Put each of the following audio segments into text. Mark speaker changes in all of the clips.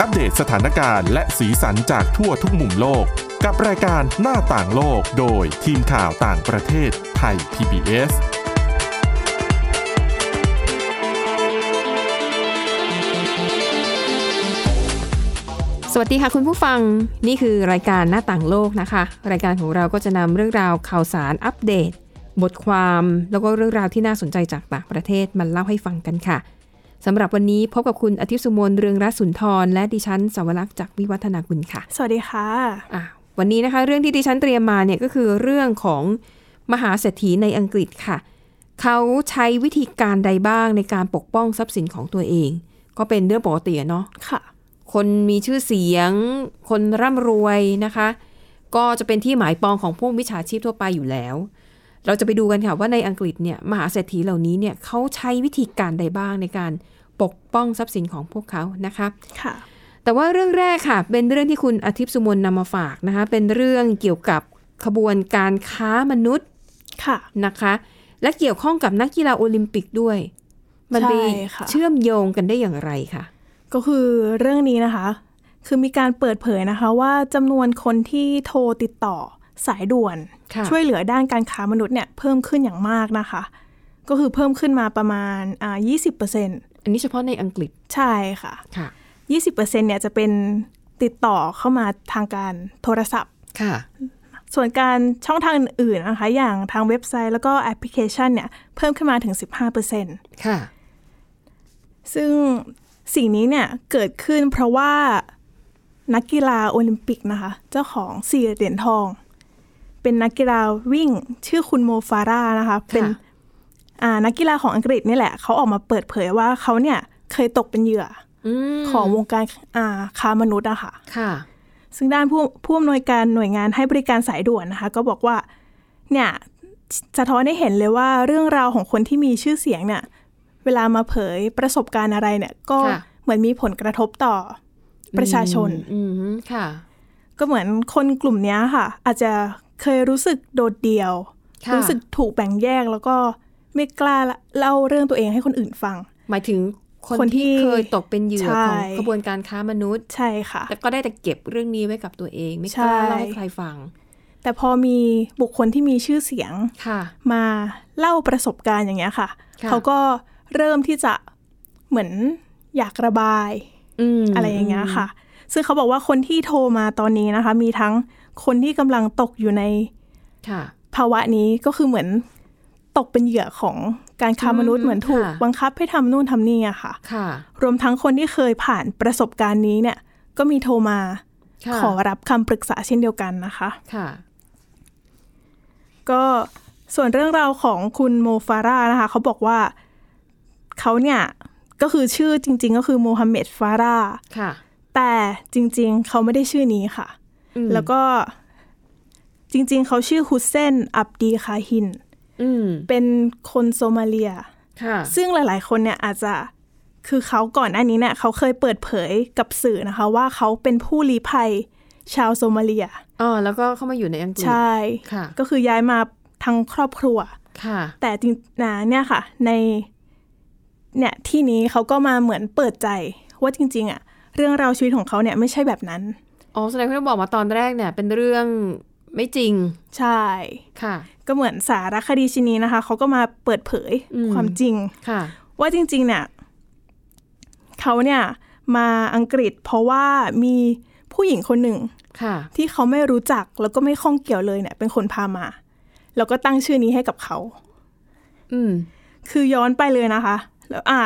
Speaker 1: อัปเดตสถานการณ์และสีสันจากทั่วทุกมุมโลก กับรายการหน้าต่างโลกโดยทีมข่าวต่างประเทศไทย PBS
Speaker 2: สวัสดีค่ะคุณผู้ฟังนี่คือรายการหน้าต่างโลกนะคะ รายการของเราก็จะนำเรื่องราวข่าวสารอัปเดต บทความแล้วก็เรื่องราวที่น่าสนใจจากต่างประเทศมันเล่าให้ฟังกันค่ะสำหรับวันนี้พบกับคุณอาทิตย์สุมนเรืองรัศนทร และดิฉันสวรักษ์จากวิวัฒนาคุณค่ะ
Speaker 3: สวัสดีค่ะ
Speaker 2: อ่ะ วันนี้นะคะ เรื่องที่ดิฉันเตรียมมาเนี่ยก็คือเรื่องของมหาเศรษฐีในอังกฤษค่ะ เขาใช้วิธีการใดบ้างในการปกป้องทรัพย์สินของตัวเอง ก็เป็นเรื่องปกติอะเนาะ
Speaker 3: ค่ะ
Speaker 2: คนมีชื่อเสียง คนร่ำรวยนะคะ ก็จะเป็นที่หมายปองของพวกมิจฉาชีพทั่วไปอยู่แล้ว เราจะไปดูกันค่ะว่าในอังกฤษเนี่ยมหาเศรษฐีเหล่านี้เนี่ยเขาใช้วิธีการใดบ้างในการปกป้องทรัพย์สินของพวกเขานะคะ
Speaker 3: ค่ะ
Speaker 2: แต่ว่าเรื่องแรกค่ะ เป็นเรื่องที่คุณอาทิตย์สุมนนำมาฝากนะคะ เป็นเรื่องเกี่ยวกับขบวนการค้ามนุษย์
Speaker 3: ค่ะ
Speaker 2: นะคะ และเกี่ยวข้องกับนักกีฬาโอลิมปิกด้วย มันไป
Speaker 3: ใช่ค่ะ
Speaker 2: เชื่อมโยงกันได้อย่างไรคะ
Speaker 3: ก็คือเรื่องนี้นะคะ คือมีการเปิดเผยนะคะว่าจำนวนคนที่โทรติดต่อสายด่วน
Speaker 2: ค่ะ
Speaker 3: ช่วยเหลือด้านการค้ามนุษย์เนี่ยเพิ่มขึ้นอย่างมากนะคะ ก็คือเพิ่มขึ้นมาประมาณอ่า20%
Speaker 2: อันนี้เฉพาะในอังกฤษ
Speaker 3: ใช่ค่ะ
Speaker 2: ค่ะ
Speaker 3: 20%เนี่ยจะเป็นติดต่อเข้ามาทางการโทรศัพท์
Speaker 2: ค่ะ
Speaker 3: ส่วนการช่องทางอื่นๆนะคะ อย่างทางเว็บไซต์แล้วก็แอปพลิเคชันเนี่ยเพิ่มขึ้นมาถึง 15%
Speaker 2: ค่ะ
Speaker 3: ซึ่งสิ่งนี้เนี่ยเกิดขึ้นเพราะว่านักกีฬาโอลิมปิกนะคะ เจ้าของสี่เหรียญทอง เป็นนักกีฬาวิ่งชื่อคุณโมฟาร่านะคะเป็นอ่านักกีฬาของอังกฤษนี่แหละ เขาออกมาเปิดเผยว่าเขาเนี่ยเคยตกเป็นเหยื่อ
Speaker 2: อื
Speaker 3: อ
Speaker 2: ม
Speaker 3: ของวงการอ่าค้ามนุษย์อะค่ะ
Speaker 2: ค่ะ
Speaker 3: ซึ่งด้านผู้ผู้อำนวยการหน่วยงานให้บริการสายด่วนนะคะ ก็บอกว่าเนี่ยสะท้อนให้เห็นเลยว่าเรื่องราวของคนที่มีชื่อเสียงเนี่ย เวลามาเผยประสบการณ์อะไรเนี่ยก็
Speaker 2: ค่ะ
Speaker 3: เหมือนมีผลกระทบต่อประชาชน
Speaker 2: อืมอืมค่ะ
Speaker 3: ก็เหมือนคนกลุ่มเนี้ยค่ะ อาจจะเคยรู้สึกโดดเดี่ยว
Speaker 2: ค่ะ
Speaker 3: รู้สึกถูกแบ่งแยกแล้วก็ไม่กล้าเล่าเรื่องตัวเองให้คนอื่นฟัง
Speaker 2: หมายถึงคน
Speaker 3: คนที่
Speaker 2: ที่เคยตกเป็นเหยื่อ
Speaker 3: ใช่
Speaker 2: ของกระบวนการค้ามนุษย์
Speaker 3: ใช่ค่ะ
Speaker 2: แต่ก็ได้แต่เก็บเรื่องนี้ไว้กับตัวเองไม่กล้า
Speaker 3: ใช่
Speaker 2: เล่าให้ใครฟัง
Speaker 3: แต่พอมีบุคคลที่มีชื่อเสียง
Speaker 2: ค่ะ
Speaker 3: มาเล่าประสบการณ์อย่างเงี้ยค่ะ
Speaker 2: ค่ะ
Speaker 3: เขาก็เริ่มที่จะเหมือนอยากระบาย
Speaker 2: อืม
Speaker 3: อะไรอย่างเงี้ยค่ะ ซึ่งเขาบอกว่าคนที่โทรมาตอนนี้นะคะ มีทั้งคนที่กำลังตกอยู่ใน
Speaker 2: ค่ะ
Speaker 3: ภาวะนี้ก็คือเหมือนตกเป็นเหยื่อของการค้ามนุษย์
Speaker 2: อืม
Speaker 3: เหมือนถูก
Speaker 2: ค่ะ
Speaker 3: บังคับให้ทำนู่นทำนี่อะค่ะ
Speaker 2: ค่ะ
Speaker 3: รวมทั้งคนที่เคยผ่านประสบการณ์นี้เนี่ย ก็มีโทรมา
Speaker 2: ค่ะ
Speaker 3: ขอรับคำปรึกษาเช่นเดียวกันนะคะ
Speaker 2: ค่ะ
Speaker 3: ก็ส่วนเรื่องราวของคุณโมฟาร่านะคะเขาบอกว่าเขาเนี่ยก็คือชื่อจริง ๆ ก็คือโมฮัมเหม็ดฟาร่า
Speaker 2: ค่ะ
Speaker 3: แต่จริง ๆ เขาไม่ได้ชื่อนี้ค่ะ
Speaker 2: อืม
Speaker 3: แล้วก็จริง ๆ เขาชื่อฮุสเซนอับดีคาฮิน
Speaker 2: อืม
Speaker 3: เป็นคนโซมาเลีย
Speaker 2: ค่ะ
Speaker 3: ซึ่งหลาย ๆ คนเนี่ยอาจจะคือเขาก่อนหน้านี้เนี่ยเขาเคยเปิดเผยกับสื่อนะคะ ว่าเขาเป็นผู้ลี้ภัยชาวโซมาเลีย
Speaker 2: อ๋อแล้วก็เข้ามาอยู่ในอังกฤษ
Speaker 3: ใช่
Speaker 2: ค่ะ
Speaker 3: ก็คือย้ายมาทั้งครอบครัว
Speaker 2: ค่ะ
Speaker 3: แต่จริงนะเนี่ยค่ะ ในเนี่ยที่นี้เขาก็มาเหมือนเปิดใจ ว่าจริง ๆอะเรื่องราวชีวิตของเขาเนี่ยไม่ใช่แบบนั้น
Speaker 2: อ๋อแสดงว่าที่บอกมาตอนแรกเนี่ย เป็นเรื่องไม่จริง
Speaker 3: ใช่
Speaker 2: ค่ะ
Speaker 3: ก็เหมือนสารคดีชิ้นนี้นะคะเขาก็มาเปิดเผย
Speaker 2: อืม
Speaker 3: ความจริง
Speaker 2: ค่ะ
Speaker 3: ว่าจริง ๆ เนี่ยเขาเนี่ยมาอังกฤษเพราะว่ามีผู้หญิงคนหนึ่ง
Speaker 2: ค่ะ
Speaker 3: ที่เขาไม่รู้จักแล้วก็ไม่ข้องเกี่ยวเลยเนี่ย เป็นคนพามา แล้วก็ตั้งชื่อนี้ให้กับเขา
Speaker 2: อืม
Speaker 3: คือย้อนไปเลยนะคะ แล้วอ่า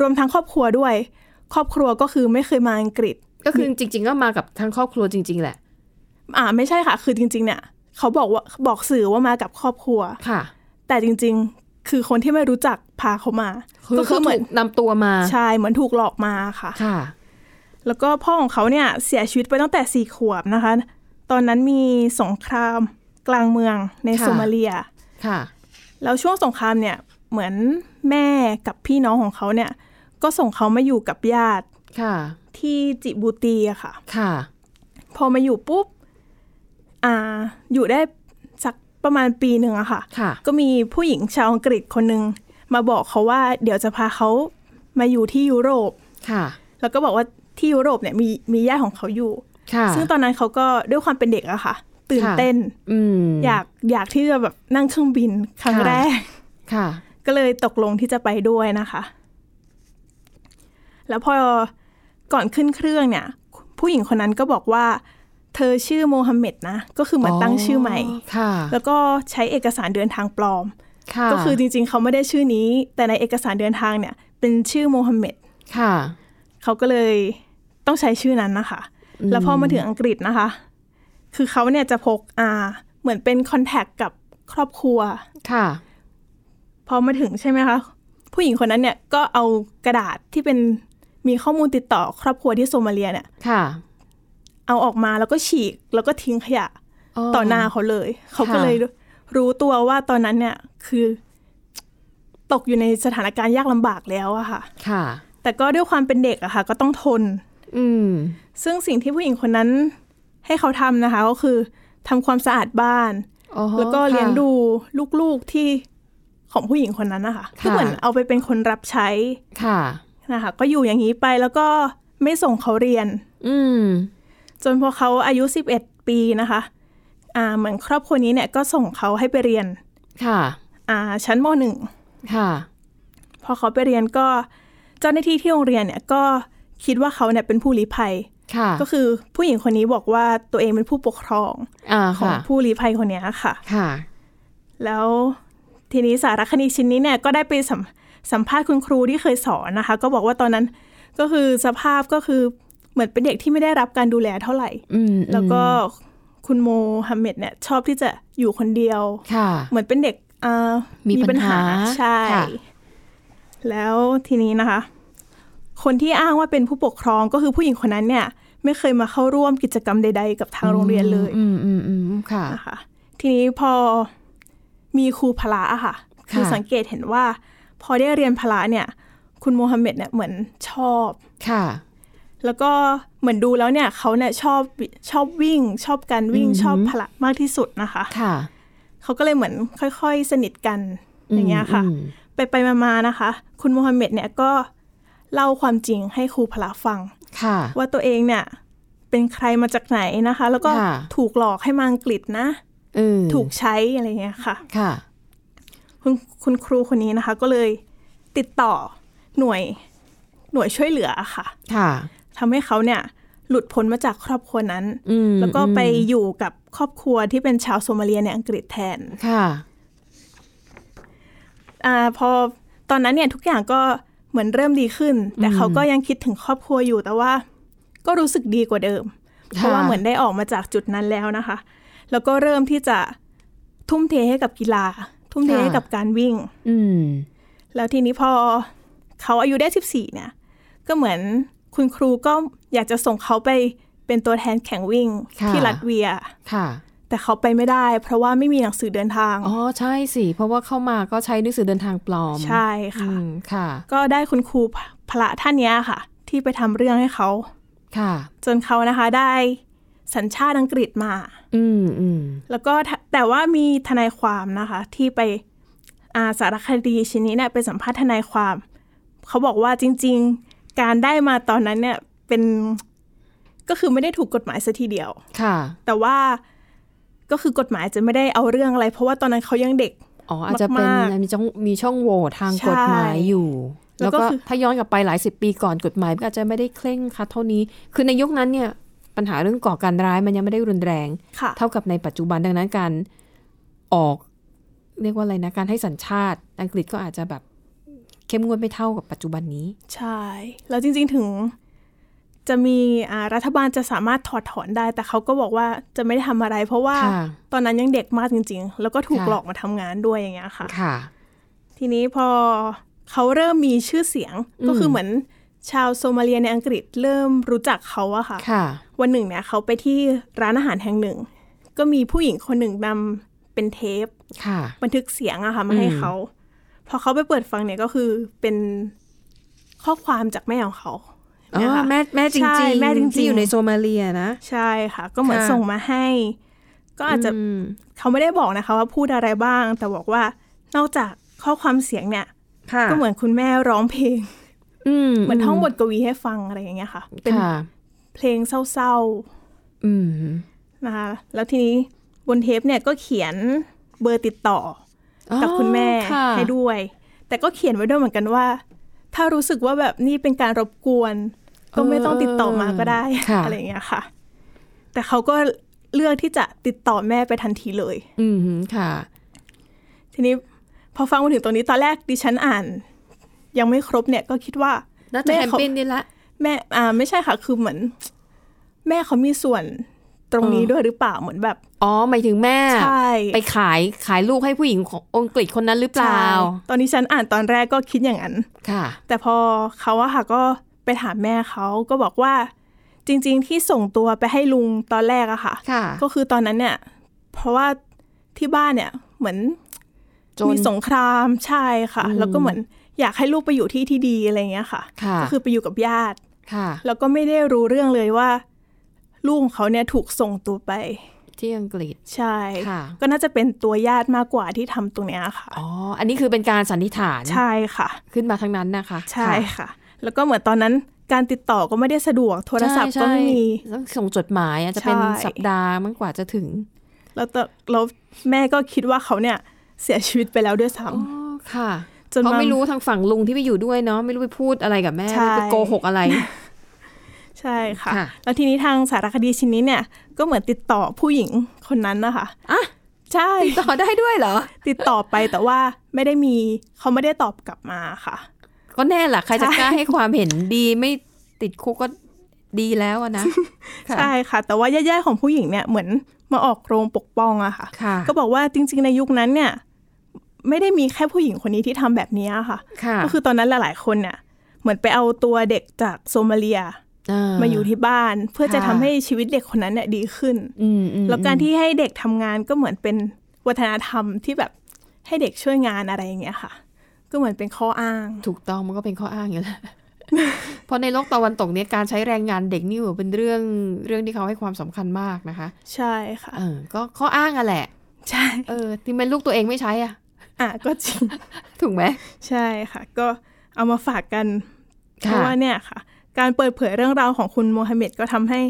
Speaker 3: รวมทั้งครอบครัวด้วย ครอบครัวก็คือไม่เคยมาอังกฤษ
Speaker 2: ก็คือจริง ๆ ก็มากับทั้งครอบครัวจริง ๆ แหละ
Speaker 3: อ่าไม่ใช่ค่ะ คือจริง ๆ เนี่ย เขาบอกว่าบอกสื่อว่ามากับครอบครัว
Speaker 2: ค่ะ
Speaker 3: แต่จริง ๆ คือคนที่ไม่รู้จักพาเขามา
Speaker 2: คือ
Speaker 3: ก็
Speaker 2: เขา
Speaker 3: เหมื
Speaker 2: ถู
Speaker 3: น
Speaker 2: กนำตัวมา
Speaker 3: ใช่เหมือนถูกหลอกมาค่ะ
Speaker 2: ค่ะ
Speaker 3: แล้วก็พ่อของเขาเนี่ยเสียชีวิตไปตั้งแต่สี่ขวบนะคะ ตอนนั้นมีสงครามกลางเมืองใน
Speaker 2: ค่ะ
Speaker 3: โซมาเลีย
Speaker 2: ค่ะ
Speaker 3: แล้วช่วงสงครามเนี่ยเหมือนแม่กับพี่น้องของเขาเนี่ย ก็ส่งเขามาอยู่กับญาติ
Speaker 2: ค่ะ
Speaker 3: ที่จิบูตีอะค่ะ
Speaker 2: ค่ะ
Speaker 3: พอมาอยู่ปุ๊บ อ่า อยู่ได้สักประมาณปีหนึ่งอะค่ะ
Speaker 2: ค่ะ
Speaker 3: ก็มีผู้หญิงชาวอังกฤษคนหนึ่งมาบอกเขาว่า เดี๋ยวจะพาเขามาอยู่ที่ยุโรป
Speaker 2: ค่ะ
Speaker 3: แล้วก็บอกว่า ที่ยุโรปเนี่ยมีมีญาติของเขาอยู่
Speaker 2: ค่ะ
Speaker 3: ซึ่งตอนนั้นเขาก็ด้วยความเป็นเด็กอะค่ะ ตื่น
Speaker 2: ค่ะ
Speaker 3: เต้น
Speaker 2: อืม
Speaker 3: อยากอยากที่จะแบบนั่งเครื่องบินครั้ง
Speaker 2: ค่ะ
Speaker 3: แรก
Speaker 2: ค่ะ
Speaker 3: ก็เลยตกลงที่จะไปด้วยนะคะ แล้วพอก่อนขึ้นเครื่องเนี่ย ผู้หญิงคนนั้นก็บอกว่า เธอชื่อโมฮัมเหม็ดนะ ก็คือเหมือนตั้งชื่อใหม่
Speaker 2: ค่ะ
Speaker 3: แล้วก็ใช้เอกสารเดินทางปลอม
Speaker 2: ะ
Speaker 3: ก็คือจริงๆ เขาไม่ได้ชื่อนี้ แต่ในเอกสารเดินทางเนี่ย เป็นชื่อโมฮัมเหม็ด
Speaker 2: ค่ะ
Speaker 3: เขาก็เลยต้องใช้ชื่อนั้นนะคะ แล้วพอมาถึงอังกฤษนะคะ คือเขาเนี่ยจะพกอ่าเหมือนเป็นคอนแทคกับครอบครัว
Speaker 2: ค่ะ
Speaker 3: พอมาถึงใช่ไหมคะ ผู้หญิงคนนั้นเนี่ยก็เอากระดาษที่เป็นมีข้อมูลติดต่อครอบครัวที่โซมาเลียเนี่ย
Speaker 2: ค่ะ
Speaker 3: เอาออกมาแล้วก็ฉีกแล้วก็ทิ้งขยะต่อหน้าเขาเลย เขาก็เลยรู้ตัวว่าตอนนั้นเนี่ยคือตกอยู่ในสถานการณ์ยากลำบากแล้วอะค่ะ
Speaker 2: ค่ะ
Speaker 3: แต่ก็ด้วยความเป็นเด็กอะค่ะ ก็ต้องทน
Speaker 2: อืม
Speaker 3: ซึ่งสิ่งที่ผู้หญิงคนนั้นให้เขาทำนะคะ ก็คือทำความสะอาดบ้าน
Speaker 2: อ๋อ
Speaker 3: แล้วก็
Speaker 2: ค่ะ
Speaker 3: เลี้ยงดูลูกๆที่ของผู้หญิงคนนั้นนะคะ
Speaker 2: ค่ะ
Speaker 3: ก็เหมือนเอาไปเป็นคนรับใช้
Speaker 2: ค่ะ
Speaker 3: นะคะ ก็อยู่อย่างนี้ไปแล้วก็ไม่ส่งเขาเรียน
Speaker 2: อืม
Speaker 3: จนพอเขาอายุ 11 ปีนะคะอ่าเหมือนครอบครัวนี้เนี่ยก็ส่งเขาให้ไปเรียน
Speaker 2: ค่ะ
Speaker 3: อ่าชั้นมหนึ่ง
Speaker 2: ค่ะ
Speaker 3: พอเขาไปเรียนก็เจ้าหน้าที่ที่โรงเรียนเนี่ยก็คิดว่าเขาเนี่ยเป็นผู้ลี้ภัย
Speaker 2: ค่ะ
Speaker 3: ก็คือผู้หญิงคนนี้บอกว่าตัวเองเป็นผู้ปกครอง
Speaker 2: อ่า
Speaker 3: ของ
Speaker 2: ค่ะ
Speaker 3: ผู้ลี้ภัยคนเนี้ยค่ะ
Speaker 2: ค่ะ
Speaker 3: แล้วทีนี้สารคดีชิ้นนี้เนี่ยก็ได้ไปสัมสัมภาษณ์คุณครูที่เคยสอนนะคะ ก็บอกว่าตอนนั้นก็คือสภาพก็คือเหมือนเป็นเด็กที่ไม่ได้รับการดูแลเท่าไหร่
Speaker 2: อืม
Speaker 3: แล้วก็คุณโมฮัมเหม็ดเนี่ยชอบที่จะอยู่คนเดียว
Speaker 2: ค่ะ
Speaker 3: เหมือนเป็นเด็กเอ่อ
Speaker 2: มีปัญหา
Speaker 3: ใช่
Speaker 2: ค่ะ
Speaker 3: แล้วทีนี้นะคะ คนที่อ้างว่าเป็นผู้ปกครองก็คือผู้หญิงคนนั้นเนี่ย ไม่เคยมาเข้าร่วมกิจกรรมใด ๆ กับทางโรงเรียนเลย
Speaker 2: อืมอืมอืมค่ะ
Speaker 3: นะคะทีนี้พอมีครูพละอะค่ะ คือ
Speaker 2: ค่ะ
Speaker 3: สังเกตเห็นว่า พอได้เรียนพละเนี่ย คุณโมฮัมเหม็ดเนี่ยเหมือนชอบ
Speaker 2: ค่ะ
Speaker 3: แล้วก็เหมือนดูแล้วเนี่ยเขาเนี่ยชอบชอบวิ่ง ชอบการวิ่งชอบพละมากที่สุดนะคะ
Speaker 2: ค่ะ
Speaker 3: เขาก็เลยเหมือนค่อยๆ สนิทกันอย่างเงี้ยค่ะ
Speaker 2: ม
Speaker 3: ไปไปๆมาๆนะคะ คุณโมฮัมเหม็ดเนี่ยก็เล่าความจริงให้ครูพละฟัง
Speaker 2: ค่ะ
Speaker 3: ว่าตัวเองเนี่ยเป็นใครมาจากไหนนะคะ แล้วก็
Speaker 2: ค่ะ
Speaker 3: ถูกหลอกให้มาอังกฤษนะ
Speaker 2: เออ
Speaker 3: ถูกใช้อะไรเงี้ยค่ะ
Speaker 2: ค่ะ
Speaker 3: คุณคุณครูคนนี้นะคะ ก็เลยติดต่อหน่วยหน่วยช่วยเหลืออะค่ะ
Speaker 2: ค่ะ
Speaker 3: ทำให้เขาเนี่ยหลุดพ้นมาจากครอบครัวนั้น
Speaker 2: อืม
Speaker 3: แล้วก็
Speaker 2: อืม
Speaker 3: ไปอยู่กับครอบครัวที่เป็นชาวโซมาเลียในอังกฤษแทน
Speaker 2: ค่ะ
Speaker 3: อาพอตอนนั้นเนี่ยทุกอย่างก็เหมือนเริ่มดีขึ้น แต่เขาก็ยังคิดถึงครอบครัวอยู่แต่ว่า ก็รู้สึกดีกว่าเดิม เพราะว่าเหมือนได้ออกมาจากจุดนั้นแล้วนะคะ แล้วก็เริ่มที่จะทุ่มเทให้กับกีฬา ทุ่มเทให้
Speaker 2: ค่ะ
Speaker 3: กับการวิ่ง
Speaker 2: อืม
Speaker 3: แล้วทีนี้พอเขาอายุได้ 14 เนี่ย ก็เหมือนคุณครูก็อยากจะส่งเขาไปเป็นตัวแทนแข่งวิ่ง
Speaker 2: ค่ะ
Speaker 3: ที่ลัตเวีย
Speaker 2: ค่ะ
Speaker 3: แต่เขาไปไม่ได้ เพราะว่าไม่มีหนังสือเดินทาง
Speaker 2: อ๋อใช่สิเพราะว่าเข้ามาก็ใช้หนังสือเดินทางปลอม
Speaker 3: ใช่
Speaker 2: อื
Speaker 3: ค่ะ
Speaker 2: มค่ะ
Speaker 3: ก็ได้คุณครูพละท่านเนี้ยค่ะ ที่ไปทำเรื่องให้เขา
Speaker 2: ค่ะ
Speaker 3: จนเขานะคะได้สัญชาติอังกฤษมา
Speaker 2: อืมอืม
Speaker 3: แล้วก็ถ้าแต่ว่ามีทนายความนะคะ ที่ไปอาสารคดีชิ้นนี้เนี่ยไปสัมภาษณ์ทนายความ เขาบอกว่าจริง ๆ การได้มาตอนนั้นเนี่ยเป็นก็คือไม่ได้ถูกกฎหมายซะทีเดียว
Speaker 2: ค่ะ
Speaker 3: แต่ว่าก็คือกฎหมายจะไม่ได้เอาเรื่องอะไร เพราะว่าตอนนั้นเขายังเด็ก
Speaker 2: อ๋ออาจจะเป็น
Speaker 3: มาก
Speaker 2: มีช่องมีช่องโหว่ทางกฎหมายอยู่
Speaker 3: แล้
Speaker 2: แล้ว
Speaker 3: วก็
Speaker 2: ก็
Speaker 3: คือ
Speaker 2: ถ้าย้อนกลับไปหลายสิบปีก่อนกฎหมายก็อาจจะไม่ได้เคร่งครัดเท่านี้ คือในยุคนั้นเนี่ยปัญหาเรื่องก่อการร้ายมันยังไม่ได้รุนแรง
Speaker 3: ค่ะ
Speaker 2: เท่ากับในปัจจุบันดังนั้นการออก เรียกว่าอะไรนะการให้สัญชาติอังกฤษก็อาจจะแบบเข้มงวดไม่เท่ากับปัจจุบันนี้
Speaker 3: ใช่ แล้วจริง ๆ ถึงจะมีอ่ารัฐบาลจะสามารถถอดถอนได้ แต่เขาก็บอกว่าจะไม่ได้ทำอะไร เพราะว่า
Speaker 2: ค่ะ
Speaker 3: ตอนนั้นยังเด็กมากจริง ๆ แล้วก็ถูกหลอกมาทำงานด้วยอย่างเงี้ยค่ะ
Speaker 2: ค่ะ
Speaker 3: ทีนี้พอเขาเริ่มมีชื่อเสียงก็คือเหมือนชาวโซมาเลียในอังกฤษเริ่มรู้จักเขาอะค่ะ
Speaker 2: ค่ะ
Speaker 3: วันหนึ่งเนี่ยเขาไปที่ร้านอาหารแห่งหนึ่ง ก็มีผู้หญิงคนหนึ่งนำเป็นเทป
Speaker 2: ค่ะ
Speaker 3: บันทึกเสียงอะค่ะมาให้เขา พอเขาไปเปิดฟังเนี่ยก็คือเป็นข้อความจากแม่ของเขา
Speaker 2: อ๋
Speaker 3: เนี่
Speaker 2: อ
Speaker 3: ยค่ะ
Speaker 2: แม่แม่จริง
Speaker 3: ใช่
Speaker 2: ๆ
Speaker 3: แม่จริงๆ
Speaker 2: ที่อยู่ในโซมาเลียนะ
Speaker 3: ใช่ค่ะ ก็เหมือน
Speaker 2: ค่ะ
Speaker 3: ส่งมาให้ ก็อาจจะ
Speaker 2: อืม
Speaker 3: เขาไม่ได้บอกนะคะว่าพูดอะไรบ้าง แต่บอกว่านอกจากข้อความเสียงเนี่ย
Speaker 2: ค่ะ
Speaker 3: ก็เหมือนคุณแม่ร้องเพลง
Speaker 2: อืม
Speaker 3: เหมือนท่องบทกวีให้ฟังอะไรอย่างเงี้ยค่ะ เป็น
Speaker 2: ค่ะ
Speaker 3: เพลงเศร้า
Speaker 2: อืม
Speaker 3: ๆนะคะ แล้วทีนี้บนเทปเนี่ยก็เขียนเบอร์ติดต่ออกับคุณแม่
Speaker 2: อ๋อค่ะ
Speaker 3: ให้ด้วย แต่ก็เขียนไว้ด้วยเหมือนกันว่า ถ้ารู้สึกว่าแบบนี่เป็นการรบกวน ก็ไม่ต้องติดต่อมาก็ได้
Speaker 2: ค่ะ
Speaker 3: อะไรอย่างเงี้ยค่ะ แต่เขาก็เลือกที่จะติดต่อแม่ไปทันทีเลย
Speaker 2: อืมค่ะ
Speaker 3: ทีนี้พอฟังมาถึงตรงนี้ตอนแรกดิฉันอ่าน ยังไม่ครบเนี่ยก็คิดว่า
Speaker 2: น่าจะแฮมเปญนี่ละ
Speaker 3: แม่อ่าไม่ใช่ค่ะ คือเหมือน แม่เขามีส่วนตรงนี้
Speaker 2: เออ
Speaker 3: ด้วยหรือเปล่าเหมือนแบบ
Speaker 2: อ๋อหมายถึงแม่
Speaker 3: ใช่
Speaker 2: ไปขายขายลูกให้ผู้หญิงของอังกฤษคนนั้นหรือเป
Speaker 3: ใช่
Speaker 2: ล่า
Speaker 3: ตอนนี้ฉันอ่านตอนแรกก็คิดอย่างนั้น
Speaker 2: ค่ะ
Speaker 3: แต่พอเขาอะค่ะก็ไปถามแม่เขาก็บอกว่า จริง ๆ ที่ส่งตัวไปให้ลุงตอนแรกอะค่ะ
Speaker 2: ค่ะ
Speaker 3: ก็คือตอนนั้นเนี่ย เพราะว่าที่บ้านเนี่ย เหมือน
Speaker 2: จน
Speaker 3: มีสงครามใช่ค่ะ
Speaker 2: อืม
Speaker 3: แล้วก็เหมือนอยากให้ลูกไปอยู่ที่ที่ดีอะไรอย่างเงี้ยค่ะ
Speaker 2: ค่ะ
Speaker 3: ก็คือไปอยู่กับญาติ
Speaker 2: ค่ะ
Speaker 3: แล้วก็ไม่ได้รู้เรื่องเลยว่า ลูกของเขาเนี่ยถูกส่งตัวไป
Speaker 2: ที่อังกฤษ
Speaker 3: ใช่
Speaker 2: ค่ะ
Speaker 3: ก็น่าจะเป็นตัวญาติมากกว่าที่ทำตรงเนี้ยค่ะ
Speaker 2: อ๋อ อันนี้คือเป็นการสันนิษฐาน
Speaker 3: ใช่ค่ะ
Speaker 2: ขึ้นมาทั้งนั้นนะคะ
Speaker 3: ใช่ค่ะ แล้วก็เหมือนตอนนั้นการติดต่อก็ไม่ได้สะดวกโท
Speaker 2: ค่ะ
Speaker 3: รศัพท์
Speaker 2: ใช่
Speaker 3: ก็ไม่มี
Speaker 2: ใช่ต้องส่งจดหมายอาจจะเป็น
Speaker 3: ใช่
Speaker 2: สัปดาห์มั้งกว่าจะถึง
Speaker 3: แล้วตอนแล้วแม่ก็คิดว่าเขาเนี่ยเสียชีวิตไปแล้วด้วยซ้
Speaker 2: อ๋อ ค่ะ
Speaker 3: จน
Speaker 2: เพราะ
Speaker 3: มา
Speaker 2: ไม่รู้ทางฝั่งลุงที่ไปอยู่ด้วยเนาะ ไม่รู้ไปพูดอะไรกับแม่
Speaker 3: ใช่
Speaker 2: ไม่รู้ไปโกหกอะไร
Speaker 3: ำใช่ค่ะ
Speaker 2: ค่ะ
Speaker 3: แล้วทีนี้ทางสารคดีชิ้นนี้เนี่ย ก็เหมือนติดต่อผู้หญิงคนนั้นนะคะ
Speaker 2: อ่ะ
Speaker 3: ใช่
Speaker 2: ติดต่อได้ด้วยเหรอ
Speaker 3: ติดต่อไปแต่ว่าไม่ได้มีเขาไม่ได้ตอบกลับมาค่ะ
Speaker 2: ก็แน่ล่ะ ใครจะก
Speaker 3: ใช่
Speaker 2: ล้าให้ความเห็นดีไม่ติดคุกก็ดีแล้วอะนะ ค่ะ
Speaker 3: ใช่ค่ะ แต่ว่าญาติๆของผู้หญิงเนี่ยเหมือนมาออกโรงปกป้องอะค่ะ
Speaker 2: ค่ะ
Speaker 3: ก็บอกว่าจริง ๆ ในยุคนั้นเนี่ย ไม่ได้มีแค่ผู้หญิงคนนี้ที่ทำแบบนี้ค่ะ
Speaker 2: ค่ะ
Speaker 3: ก็คือตอนนั้นหลายๆคนเนี่ย เหมือนไปเอาตัวเด็กจากโซมาเลียมาอยู่ที่บ้าน เพื่อจะทำให้ชีวิตเด็กคนนั้นเนี่ยดีขึ้น
Speaker 2: อืมอืม
Speaker 3: แล้วการที่ให้เด็กทำงานก็เหมือนเป็นวัฒนธรรมที่แบบให้เด็กช่วยงานอะไรอย่างเงี้ยค่ะ ก็เหมือนเป็นข้ออ้าง
Speaker 2: ถูกต้องมันก็เป็นข้ออ้างอยู่แล้ว เพราะในโลกตะวันตกเนี่ยการใช้แรงงานเด็กนี่ถือเป็นเรื่องเรื่องที่เขาให้ความสำคัญมากนะคะ
Speaker 3: ใช่ค่ะ
Speaker 2: เออ ก็ข้ออ้างอะแหละ
Speaker 3: ใช่
Speaker 2: เออที่เป็นลูกตัวเองไม่ใช้อ่ะ
Speaker 3: อ่ะก็จริง
Speaker 2: ถูกไหม
Speaker 3: ใช่ค่ะ ก็เอามาฝากกัน เพ
Speaker 2: ค่ะ
Speaker 3: ราะว่าเนี่ยค่ะ การเปิดเผยเรื่องราวของคุณโมฮัมเหม็ดก็ทำให้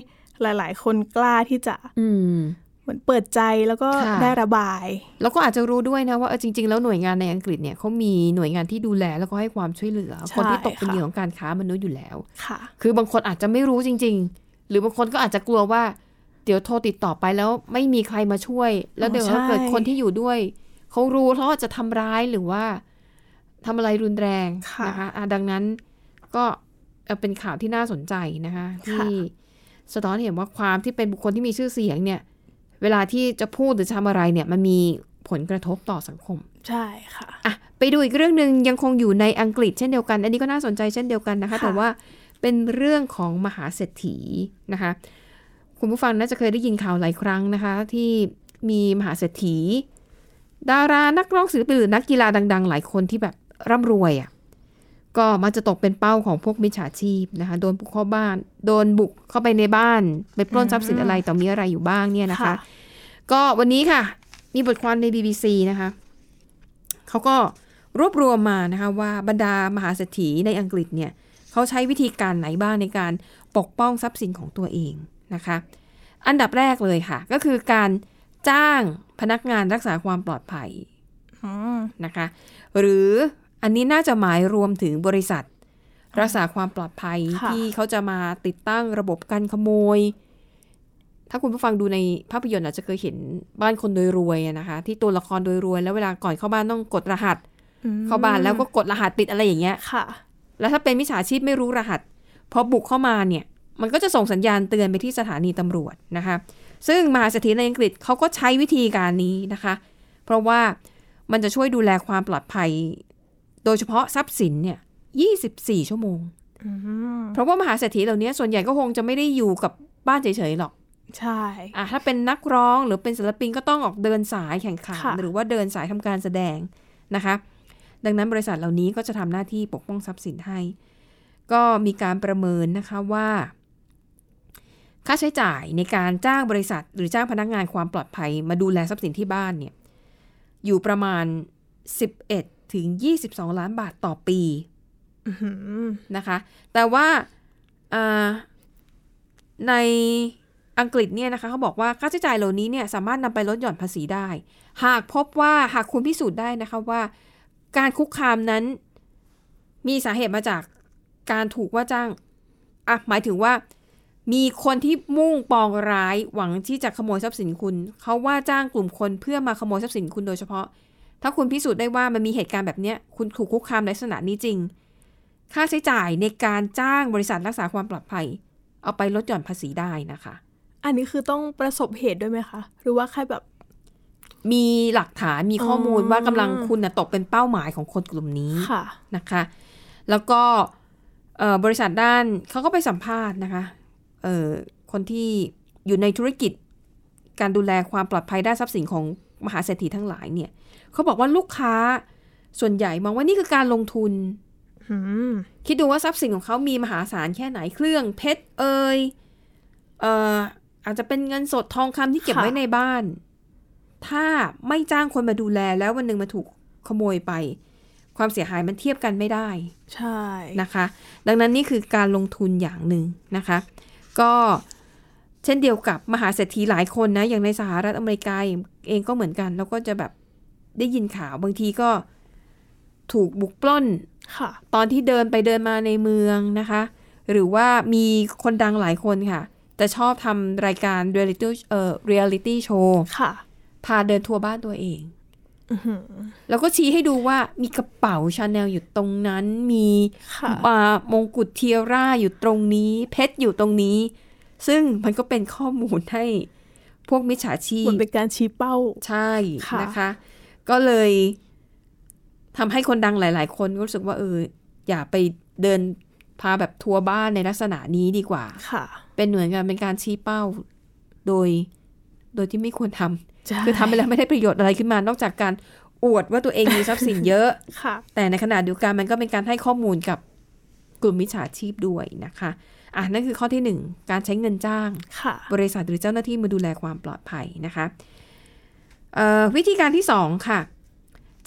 Speaker 3: หลาย ๆ คนกล้าที่จะ
Speaker 2: อืม
Speaker 3: เหมือนเปิดใจแล้วก็
Speaker 2: ค่ะ
Speaker 3: ได้ระบาย
Speaker 2: แล้วก็อาจจะรู้ด้วยนะว่าเออจริง ๆ แล้วหน่วยงานในอังกฤษเนี่ยเขามีหน่วยงานที่ดูแลแล้วก็ให้ความช่วยเหลือ
Speaker 3: ใช่
Speaker 2: คนที่ตกเป็น
Speaker 3: ค่ะ
Speaker 2: เหยื่อของการค้ามนุษย์อยู่แล้ว
Speaker 3: ค่ะ
Speaker 2: คือบางคนอาจจะไม่รู้จริง ๆ หรือบางคนก็อาจจะกลัวว่า เดี๋ยวโทรติดต่อไปแล้วไม่มีใครมาช่วย แล้วเดี๋ยว
Speaker 3: อ๋อใช่
Speaker 2: ถ้าเกิดคนที่อยู่ด้วยเขารู้เขาอาจจะทำร้ายหรือว่าทำอะไรรุนแรง
Speaker 3: ค่ะ
Speaker 2: นะคะอ่ะดังนั้นก็เอ่อเป็นข่าวที่น่าสนใจนะคะ
Speaker 3: ค่ะ
Speaker 2: ที่สะท้อนเห็นว่าความที่เป็นบุคคลที่มีชื่อเสียงเนี่ย เวลาที่จะพูดหรือทำอะไรเนี่ย มันมีผลกระทบต่อสังคม
Speaker 3: ใช่ค่ะ
Speaker 2: อ่ะไปดูอีกเรื่องหนึ่งยังคงอยู่ในอังกฤษเช่นเดียวกัน อันนี้ก็น่าสนใจเช่นเดียวกันนะคะ
Speaker 3: ค่ะ
Speaker 2: แต่ว่าเป็นเรื่องของมหาเศรษฐีนะคะ คุณผู้ฟังน่าจะเคยได้ยินข่าวหลายครั้งนะคะ ที่มีมหาเศรษฐี ดารานักร้องศิลปินหรือนักกีฬาดัง ๆ หลายคนที่แบบร่ำรวยอ่ะก็มักจะตกเป็นเป้าของพวกมิจฉาชีพนะคะโดนบุกเข้าบ้าน โดนบุกเข้าไปในบ้านไปปล้นทรัพย์สินอะไรต่อมีอะไรอยู่บ้างเนี่ยนะคะ ก็วันนี้ค่ะ มีบทความใน BBC นะคะ เขาก็รวบรวมมานะคะว่าบรรดามหาเศรษฐีในอังกฤษเนี่ยเขาใช้วิธีการไหนบ้างในการปกป้องทรัพย์สินของตัวเองนะคะ อันดับแรกเลยค่ะ ก็คือการจ้างพนักงานรักษาความปลอดภัย
Speaker 3: อืม
Speaker 2: นะคะ หรืออันนี้น่าจะหมายรวมถึงบริษัท รักษาความปลอดภัย
Speaker 3: ค่ะ
Speaker 2: ที่เขาจะมาติดตั้งระบบการขโมย ถ้าคุณผู้ฟังดูในภาพยนตร์อาจจะเคยเห็นบ้านคนโดยรวยอะนะคะ ที่ตัวละครโดยรวย แล้วเวลาก่อนเข้าบ้านต้องกดรหัส
Speaker 3: อืม
Speaker 2: เข้าบ้านแล้วก็กดรหัสปิดอะไรอย่างเงี้ย
Speaker 3: ค่ะ
Speaker 2: แล้วถ้าเป็นมิจฉาชีพไม่รู้รหัส พอบุกเข้ามาเนี่ย มันก็จะส่งสัญญาณเตือนไปที่สถานีตำรวจนะคะ ซึ่งมหาเศรษฐีในอังกฤษเขาก็ใช้วิธีการนี้นะคะ เพราะว่ามันจะช่วยดูแลความปลอดภัย โดยเฉพาะทรัพย์สินเนี่ย 24 ชั่วโมง
Speaker 3: อืม
Speaker 2: เพราะว่ามหาเศรษฐีเหล่านี้ส่วนใหญ่ก็คงจะไม่ได้อยู่กับบ้านเฉยๆหรอก
Speaker 3: ใช่
Speaker 2: อ่ะถ้าเป็นนักร้องหรือเป็นศิลปินก็ต้องออกเดินสายแข่งขัน
Speaker 3: ค่ะ
Speaker 2: หรือว่าเดินสายทำการแสดงนะคะ ดังนั้นบริษัทเหล่านี้ก็จะทำหน้าที่ปกป้องทรัพย์สินให้ ก็มีการประเมินนะคะว่า ค่าใช้จ่ายในการจ้างบริษัท หรือจ้างพนักงานความปลอดภัย มาดูแลทรัพย์สินที่บ้านเนี่ยอยู่ประมาณ 11ถึง22 ล้านบาทต่อปี นะคะ แต่ว่าอ่าในอังกฤษเนี่ยนะคะเขาบอกว่าค่าใช้จ่ายเหล่านี้เนี่ยสามารถนำไปลดหย่อนภาษีได้ หากพบว่าหากคุณพิสูจน์ได้นะคะว่า การคุกคามนั้นมีสาเหตุมาจากการถูกว่าจ้างอ่ะหมายถึงว่า มีคนที่มุ่งปองร้ายหวังที่จะขโมยทรัพย์สินคุณ เขาว่าจ้างกลุ่มคนเพื่อมาขโมยทรัพย์สินคุณโดยเฉพาะ ถ้าคุณพิสูจน์ได้ว่ามันมีเหตุการณ์แบบเนี้ยคุณถูกคุกคามในลักษณะนี้จริง ค่าใช้จ่ายในการจ้างบริษัทรักษาความปลอดภัย เอาไปลดหย่อนภาษีได้นะคะ
Speaker 3: อันนี้คือต้องประสบเหตุด้วยไหมคะ หรือว่าแค่แบบ
Speaker 2: มีหลักฐานมีข้อมูล
Speaker 3: อ๋อ
Speaker 2: ว่ากำลังคุณนะตกเป็นเป้าหมายของคนกลุ่มนี้
Speaker 3: ค่ะ
Speaker 2: นะคะแล้วก็เอ่อบริษัทด้านเขาก็ไปสัมภาษณ์นะคะเอ่อคนที่อยู่ในธุรกิจการดูแลความปลอดภัยด้านทรัพย์สินของมหาเศรษฐีทั้งหลายเนี่ยเขาบอกว่าลูกค้าส่วนใหญ่มองว่านี่คือการลงทุน
Speaker 3: อืม
Speaker 2: คิดดูว่าทรัพย์สินของเขามีมหาศาลแค่ไหนเครื่องเพชรเอ่ยเอ่ออาจจะเป็นเงินสดทองคำที่เก็บ
Speaker 3: ค่ะ
Speaker 2: ไว้ในบ้าน ถ้าไม่จ้างคนมาดูแลแล้ววันหนึ่งมาถูกขโมยไป ความเสียหายมันเทียบกันไม่ได้
Speaker 3: ใช่
Speaker 2: นะคะ ดังนั้นนี่คือการลงทุนอย่างหนึ่งนะคะ ก็เช่นเดียวกับมหาเศรษฐีหลายคนนะ อย่างในสหรัฐอเมริกาเองก็เหมือนกัน แล้วก็จะแบบได้ยินข่าวบางทีก็ถูกบุกปล้น
Speaker 3: ค่ะ
Speaker 2: ตอนที่เดินไปเดินมาในเมืองนะคะ หรือว่ามีคนดังหลายคนค่ะ จะชอบทำรายการเรียลิตี้เอ่อเรียลิตี้โชว์
Speaker 3: ค่ะ
Speaker 2: พาเดินทัวร์บ้านตัวเอง
Speaker 3: อือหือ
Speaker 2: แล้วก็ชี้ให้ดูว่ามีกระเป๋าชาแนลอยู่ตรงนั้นมี
Speaker 3: ค่ะ
Speaker 2: มามงกุฎเทียร่าอยู่ตรงนี้ เพชรอยู่ตรงนี้ ซึ่งมันก็เป็นข้อมูลให้พวกมิจฉาชี
Speaker 3: เห
Speaker 2: พ
Speaker 3: มือนเป็นการชี้เป้า
Speaker 2: ใช่
Speaker 3: ค่ะ
Speaker 2: นะคะ ก็เลยทำให้คนดังหลาย ๆ คนก็รู้สึกว่าเอออย่าไปเดินพาแบบทัวร์บ้านในลักษณะนี้ดีกว่า
Speaker 3: ค่ะ
Speaker 2: เป็นเหมือนกันเป็นการชี้เป้าโดย โดยที่ไม่ควรทำ
Speaker 3: ใช่
Speaker 2: คือทำไปแล้วไม่ได้ประโยชน์อะไรขึ้นมา นอกจากการอวดว่าตัวเองมีทรัพย์สินเยอะ
Speaker 3: ค่ะ
Speaker 2: แต่ในขณะเดียวกันมันก็เป็นการให้ข้อมูลกับกลุ่มมิจฉาชีพด้วยนะคะอ่ะนั่นคือข้อที่หนึ่งการใช้เงินจ้าง
Speaker 3: ค่ะ
Speaker 2: บริษัทหรือเจ้าหน้าที่มาดูแลความปลอดภัยนะคะเอ่อวิธีการที่สองค่ะ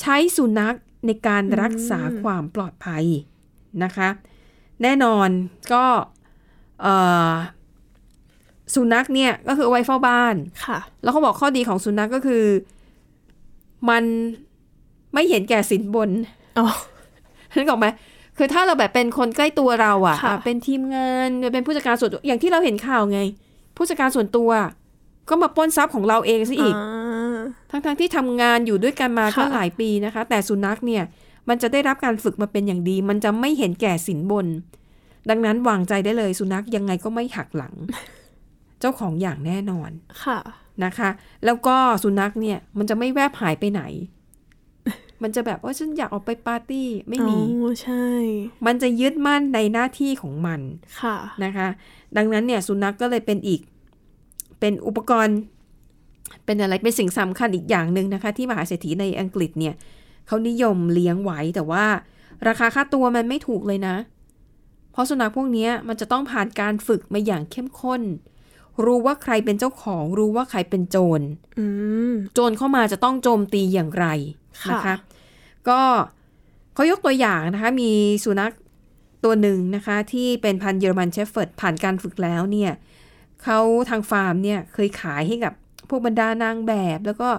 Speaker 2: ใช้สุนัขในการรักษาความปลอดภัยนะคะ แน่นอนก็เอ่อสุนัขเนี่ยก็คือเอาไว้เฝ้าบ้าน
Speaker 3: ค่ะ
Speaker 2: แล้วเขาบอกข้อดีของสุนัขก็คือ มันไม่เห็นแก่สินบน
Speaker 3: อ๋อ
Speaker 2: นึกออกไหมคือถ้าเราแบบเป็นคนใกล้ตัวเราอะ
Speaker 3: ค่ะ
Speaker 2: อ่ะ เป็นทีมงานเป็นผู้จัดการส่วนตัวอย่างที่เราเห็นข่าวไง ผู้จัดการส่วนตัว ก็มาปล้นทรัพย์ของเราเองซะอีก
Speaker 3: า
Speaker 2: ทั้งๆที่ทำงานอยู่ด้วยกันมาก็
Speaker 3: ค่ะ
Speaker 2: หลายปีนะคะ แต่สุนัขเนี่ย มันจะได้รับการฝึกมาเป็นอย่างดี มันจะไม่เห็นแก่สินบน ดังนั้นวางใจได้เลย สุนัขยังไงก็ไม่หัก หลัง เจ้าของอย่างแน่นอน
Speaker 3: ค่ะ
Speaker 2: นะคะ แล้วก็สุนัขเนี่ย มันจะไม่แวบหายไป ไหน มันจะแบบว่าฉันอยากออกไปปาร์ตี้ไม่มี
Speaker 3: อ๋อใช่
Speaker 2: มันจะยึดมั่นในหน้าที่ของมัน
Speaker 3: ค่ะ
Speaker 2: นะคะ ดังนั้นเนี่ยสุนัขกก็เลยเป็นอีก เป็นอุปกรณ์ เป็นอะไรเป็นสิ่งสำคัญอีกอย่างหนึ่งนะคะ ที่มหาเศรษฐีในอังกฤษเนี่ยเขานิยมเลี้ยงไว้แต่ว่า ราคาค่าตัวมันไม่ถูกเลยนะ เพราะสุนัขพวกเนี้ยมันจะต้องผ่านการฝึกมาอย่างเข้มข้น รู้ว่าใครเป็นเจ้าของ รู้ว่าใครเป็นโจร
Speaker 3: อืม
Speaker 2: โจรเข้ามาจะต้องโจมตีอย่างไรนะ
Speaker 3: ค่ะ
Speaker 2: คะ ก็เขายกตัวอย่างนะคะ มีสุนัขตัวหนึ่งนะคะ ที่เป็นพันธุ์เยอรมันเชฟเฟิร์ดผ่านการฝึกแล้วเนี่ยเขาทางฟาร์มเนี่ยเคยขายให้กับพวกบรรดานางแบบ แล้วก็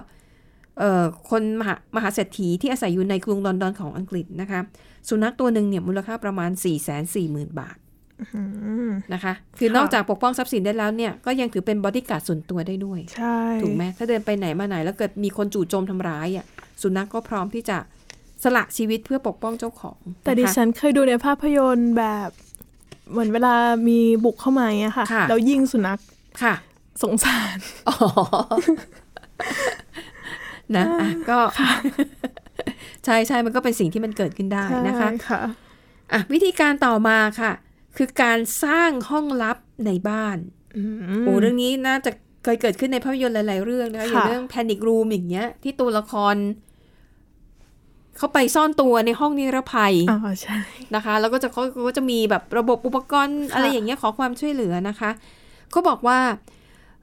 Speaker 2: เอ่อคนมหามหาเศรษฐีที่อาศัยอยู่ในกรุงลอนดอนของอังกฤษนะคะ สุนัขตัวหนึ่งเนี่ยมูลค่าประมาณ 4 4 0 0 0 0 บาท
Speaker 3: อืม
Speaker 2: นะคะ คือนอกจากปกป้องทรัพย์สินได้แล้วเนี่ยก็ยังถือเป็นบอดี้การ์ดส่วนตัวได้ด้วย
Speaker 3: ใช่
Speaker 2: ถูกไหมถ้าเดินไปไหนมาไหน แล้วเกิดมีคนจู่โจมทำร้ายอ่ะสุนัขก็พร้อมที่จะสละชีวิตเพื่อปกป้องเจ้าของ
Speaker 3: แต่ดิ
Speaker 2: ะคะ
Speaker 3: ฉันเคยดูในภาพยนตร์แบบ เหมือนเวลามีบุกเข้ามาอย่างเงี้ยค่ะ
Speaker 2: ค่ะ
Speaker 3: แล้วยิงสุนัข
Speaker 2: ค่ะ
Speaker 3: สงสาร
Speaker 2: อ๋อนะอ่ะก็ ใช่ใช่มันก็เป็นสิ่งที่มันเกิดขึ้นได้นะคะ
Speaker 3: ใช่ค่ะ
Speaker 2: อ่ะวิธีการต่อมาค่ะ คือการสร้างห้องลับในบ้าน
Speaker 3: อืม
Speaker 2: โอ้เรื่องนี้น่าจะเคยเกิดขึ้นในภาพยนตร์หลาย ๆ เรื่องนะคะอย่าง
Speaker 3: ค่ะ
Speaker 2: เรื่อง Panic Room อย่างเงี้ย ที่ตัวละคร เข้าไปซ่อนตัวในห้องนิรภัย
Speaker 3: อ๋อใช่
Speaker 2: นะคะแล้วก็จะเขาก็จะมีแบบระบบอุปกรณ์
Speaker 3: ค่ะ
Speaker 2: อะไรอย่างเงี้ยขอความช่วยเหลือนะคะเขาบอกว่า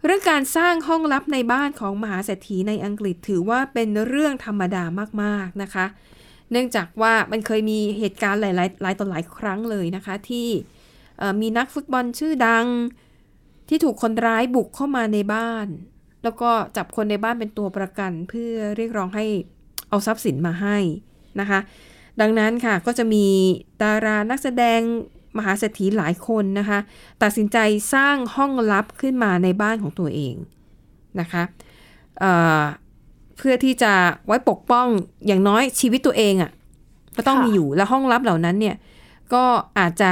Speaker 2: เรื่องการสร้างห้องลับในบ้านของมหาเศรษฐีในอังกฤษถือว่าเป็นเรื่องธรรมดามากๆนะคะ เนื่องจากว่ามันเคยมีเหตุการณ์หลาย ๆ หลายต่อหลายครั้งเลยนะคะ ที่เอ่อมีนักฟุตบอลชื่อดัง ที่ถูกคนร้ายบุกเข้ามาในบ้าน แล้วก็จับคนในบ้านเป็นตัวประกัน เพื่อเรียกร้องให้เอาทรัพย์สินมาให้นะคะ ดังนั้นค่ะก็จะมีดารานักแสดงมหาเศรษฐีหลายคนนะคะ ตัดสินใจสร้างห้องลับขึ้นมาในบ้านของตัวเองนะคะเอ่อเพื่อที่จะไว้ปกป้องอย่างน้อยชีวิตตัวเองอะ่ะก็ต้อง
Speaker 3: ค่ะ
Speaker 2: มีอยู่และห้องลับเหล่านั้นเนี่ยก็อาจจะ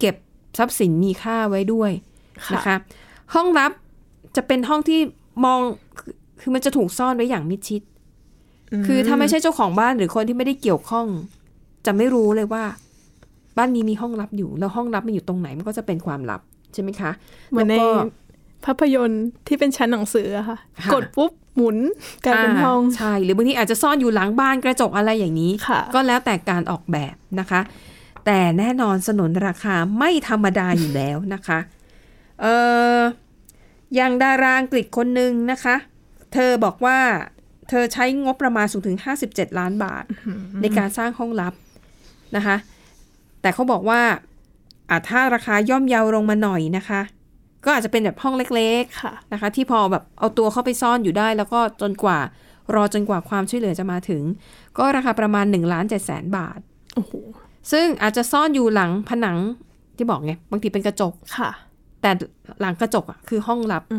Speaker 2: เก็บทรัพย์สินมีค่าไว้ด้วย
Speaker 3: ค่ะ
Speaker 2: นะคะห้องลับจะเป็นห้องที่มองคือคือมันจะถูกซ่อนไว้อย่างมิดชิด คือถ้าไม่ใช่เจ้าของบ้านหรือคนที่ไม่ได้เกี่ยวข้อง จะไม่รู้เลยว่า บ้านนี้มีห้องลับอยู่ แล้วห้องลับมันอยู่ตรงไหนมันก็จะเป็นความลับใช่ไหมคะ
Speaker 3: เหมือนใน
Speaker 2: แล้วก็
Speaker 3: ภาพยนตร์ที่เป็นชั้นหนังสืออะค่ะ
Speaker 2: ค่ะ
Speaker 3: กดปุ๊บหมุนกลายเป็นห้อง
Speaker 2: ใช่หรือบางทีอาจจะซ่อนอยู่หลังบ้านกระจกอะไรอย่างนี้
Speaker 3: ค่ะ
Speaker 2: ก็แล้วแต่การออกแบบนะคะ แต่แน่นอนสนนราคาไม่ธรรมดาอยู่แล้วนะคะเอออย่างดาราอังกฤษคนหนึ่งนะคะ เธอบอกว่าเธอใช้งบประมาณสูงถึง 57 ล้านบาท ในการสร้างห้องลับนะคะ แต่เขาบอกว่าอาถ้าราคาย่อมเยาวลงมาหน่อยนะคะ ก็อาจจะเป็นแบบห้องเล็ก ๆ
Speaker 3: ค่ะ
Speaker 2: นะคะ ที่พอแบบเอาตัวเข้าไปซ่อนอยู่ได้ แล้วก็จนกว่ารอจนกว่าความช่วยเหลือจะมาถึง ก็ราคาประมาณ1ล้าน7แสนบาท
Speaker 3: โอ้โห
Speaker 2: ซึ่งอาจจะซ่อนอยู่หลังผนังที่บอกไงบางทีเป็นกระจก
Speaker 3: ค่ะ
Speaker 2: แต่หลังกระจกอะคือห้องลับ
Speaker 3: อื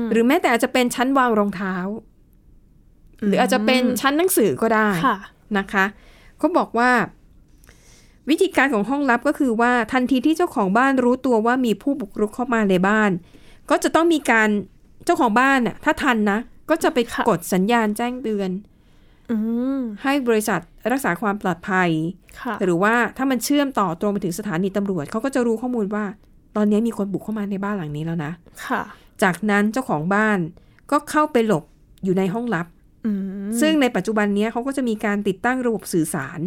Speaker 3: ม
Speaker 2: หรือแม้แต่อาจจะเป็นชั้นวางรองเท้า หรืออาจจะเป็นชั้นหนังสือก็ได้
Speaker 3: ค่ะ
Speaker 2: นะคะเขาบอกว่า วิธีการของห้องลับก็คือว่าทันทีที่เจ้าของบ้านรู้ตัวว่ามีผู้บุกรุกเข้ามาในบ้าน ก็จะต้องมีการเจ้าของบ้านน่ะถ้าทันนะ ก็จะไป
Speaker 3: ค่ะ
Speaker 2: กดสัญญาณแจ้งเตือน
Speaker 3: อืม
Speaker 2: ให้บริษัทรักษาความปลอดภัย
Speaker 3: ค่ะ
Speaker 2: หรือว่าถ้ามันเชื่อมต่อตรงไปถึงสถานีตำรวจเขาก็จะรู้ข้อมูลว่า ตอนนี้มีคนบุกเข้ามาในบ้านหลังนี้แล้วนะ
Speaker 3: ค่ะ
Speaker 2: จากนั้นเจ้าของบ้านก็เข้าไปหลบอยู่ในห้องลับ
Speaker 3: อืม
Speaker 2: ซึ่งในปัจจุบันเนี้ยเขาก็จะมีการติดตั้งระบบสื่อสาร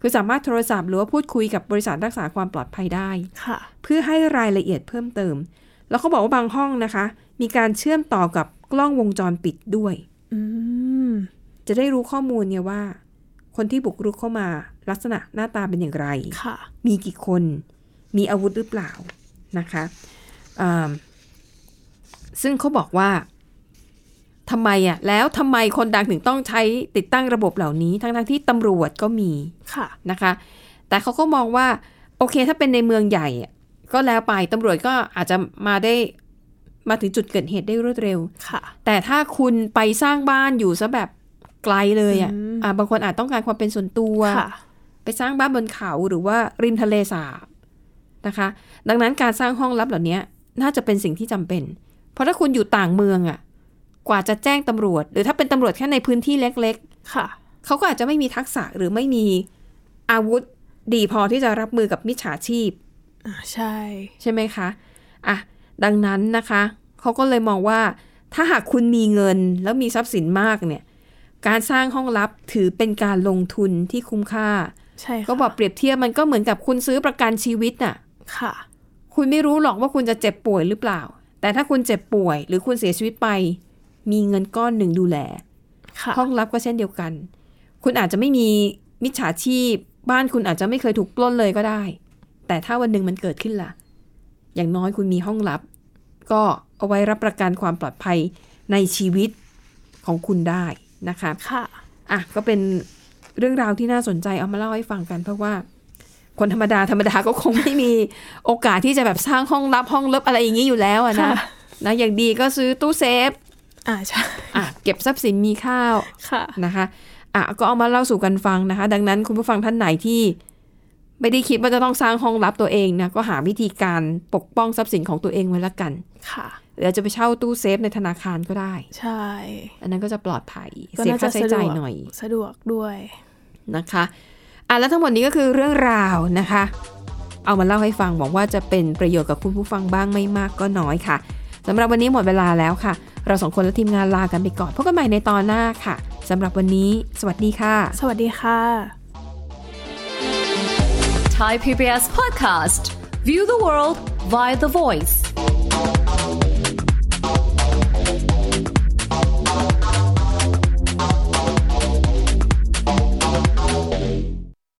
Speaker 2: คือสามารถโทรศัพท์หรือว่าพูดคุยกับบริษัทรักษาความปลอดภัยได้
Speaker 3: ค่ะ
Speaker 2: เพื่อให้รายละเอียดเพิ่มเติม แล้วเขาบอกว่าบางห้องนะคะ มีการเชื่อมต่อกับกล้องวงจรปิดด้วย
Speaker 3: อืม
Speaker 2: จะได้รู้ข้อมูลไงว่า คนที่บุกรุกเข้ามาลักษณะหน้าตาเป็นอย่างไร
Speaker 3: ค่ะ
Speaker 2: มีกี่คน มีอาวุธหรือเปล่านะคะอ่าซึ่งเขาบอกว่าทำไมอ่ะ แล้วทำไมคนดังถึงต้องใช้ติดตั้งระบบเหล่านี้ ทั้งๆที่ตำรวจก็มี
Speaker 3: ค่ะ
Speaker 2: นะคะ แต่เขาก็มองว่า โอเคถ้าเป็นในเมืองใหญ่อะก็แล้วไปตำรวจก็อาจจะมาได้มาถึงจุดเกิดเหตุได้รวดเร็ว
Speaker 3: ค่ะ
Speaker 2: แต่ถ้าคุณไปสร้างบ้านอยู่ซะแบบไกลเลยอ่ะ
Speaker 3: อืม
Speaker 2: อ่ะบางคนอาจต้องการความเป็นส่วนตัว
Speaker 3: ค่ะ
Speaker 2: ไปสร้างบ้านบนเขาหรือว่าริมทะเลสาบนะคะ ดังนั้นการสร้างห้องลับเหล่านี้น่าจะเป็นสิ่งที่จำเป็น เพราะถ้าคุณอยู่ต่างเมืองอะ่ะ กว่าจะแจ้งตำรวจ หรือถ้าเป็นตำรวจแค่ในพื้นที่เล็ก
Speaker 3: ค่ะ
Speaker 2: ๆ เขาก็อาจจะไม่มีทักษะหรือไม่มีอาวุธดีพอที่จะรับมือกับมิจฉาชีพ
Speaker 3: อ่าใช่
Speaker 2: ใช่ไหมคะ อ่ะ ดังนั้นนะคะ เขาก็เลยมองว่า ถ้าหากคุณมีเงินแล้วมีทรัพย์สินมากเนี่ย การสร้างห้องลับถือเป็นการลงทุนที่คุ้มค่า
Speaker 3: ใช่ค่ะ
Speaker 2: ก็บอกเปรียบเทียบมันก็เหมือนกับคุณซื้อประกันชีวิตน่ะ
Speaker 3: ค่ะ
Speaker 2: คุณไม่รู้หรอกว่าคุณจะเจ็บป่วยหรือเปล่า แต่ถ้าคุณเจ็บป่วย หรือคุณเสียชีวิตไป มีเงินก้อนหนึ่งดูแล
Speaker 3: ค่ะ
Speaker 2: ห้องลับก็เช่นเดียวกัน คุณอาจจะไม่มีมิจฉาชีพ บ้านคุณอาจจะไม่เคยถูกปล้นเลยก็ได้ แต่ถ้าวันหนึ่งมันเกิดขึ้นล่ะ อย่างน้อยคุณมีห้องลับ ก็เอาไว้รับประกันความปลอดภัยในชีวิตของคุณได้นะคะ
Speaker 3: ค่ะ
Speaker 2: อ่ะก็เป็นเรื่องราวที่น่าสนใจเอามาเล่าให้ฟังกัน เพราะว่า คนธรรมดาธรรมดาก็คงไม่มี โอกาสที่จะแบบสร้างห้องลับห้องลับอะไรอย่างนี้อยู่แล้วอะนะ
Speaker 3: ค่ะ
Speaker 2: นะอย่างดีก็ซื้อตู้เซฟ
Speaker 3: อ่าใช่
Speaker 2: อ่ะเก็บทรัพย์สินมีข้าว
Speaker 3: ค่ะ
Speaker 2: นะคะอ่ะก็เอามาเล่าสู่กันฟังนะคะ ดังนั้นคุณผู้ฟังท่านไหนที่ ไม่ได้คิดว่าจะต้องสร้างห้องลับตัวเองนะก็หาวิธีการปกป้องทรัพย์สินของตัวเองไว้ละกัน
Speaker 3: ค่ะ
Speaker 2: หรืออาจจะไปเช่าตู้เซฟในธนาคารก็ได้
Speaker 3: ใช่
Speaker 2: อันนั้นก็จะปลอดภัย
Speaker 3: ก็
Speaker 2: เสีย
Speaker 3: น่า
Speaker 2: ค่า
Speaker 3: จะ
Speaker 2: ใช้
Speaker 3: สะด
Speaker 2: จ่ายว
Speaker 3: ก
Speaker 2: หน่อย
Speaker 3: สะดวกด้วย
Speaker 2: นะคะอ่ะแล้วทั้งหมดนี้ก็คือเรื่องราวนะคะ เอามาเล่าให้ฟังหวังว่าจะเป็นประโยชน์กับคุณผู้ฟังบ้างไม่มากก็น้อยค่ะสำหรับวันนี้หมดเวลาแล้วค่ะ เราสองคนและทีมงานลากันไปก่อนพบกันใหม่ในตอนหน้าค่ะสำหรับวันนี้ สวัสดีค่ะ
Speaker 3: สวัสดีค่ะ
Speaker 4: Thai PBS podcast. View the world via the voice.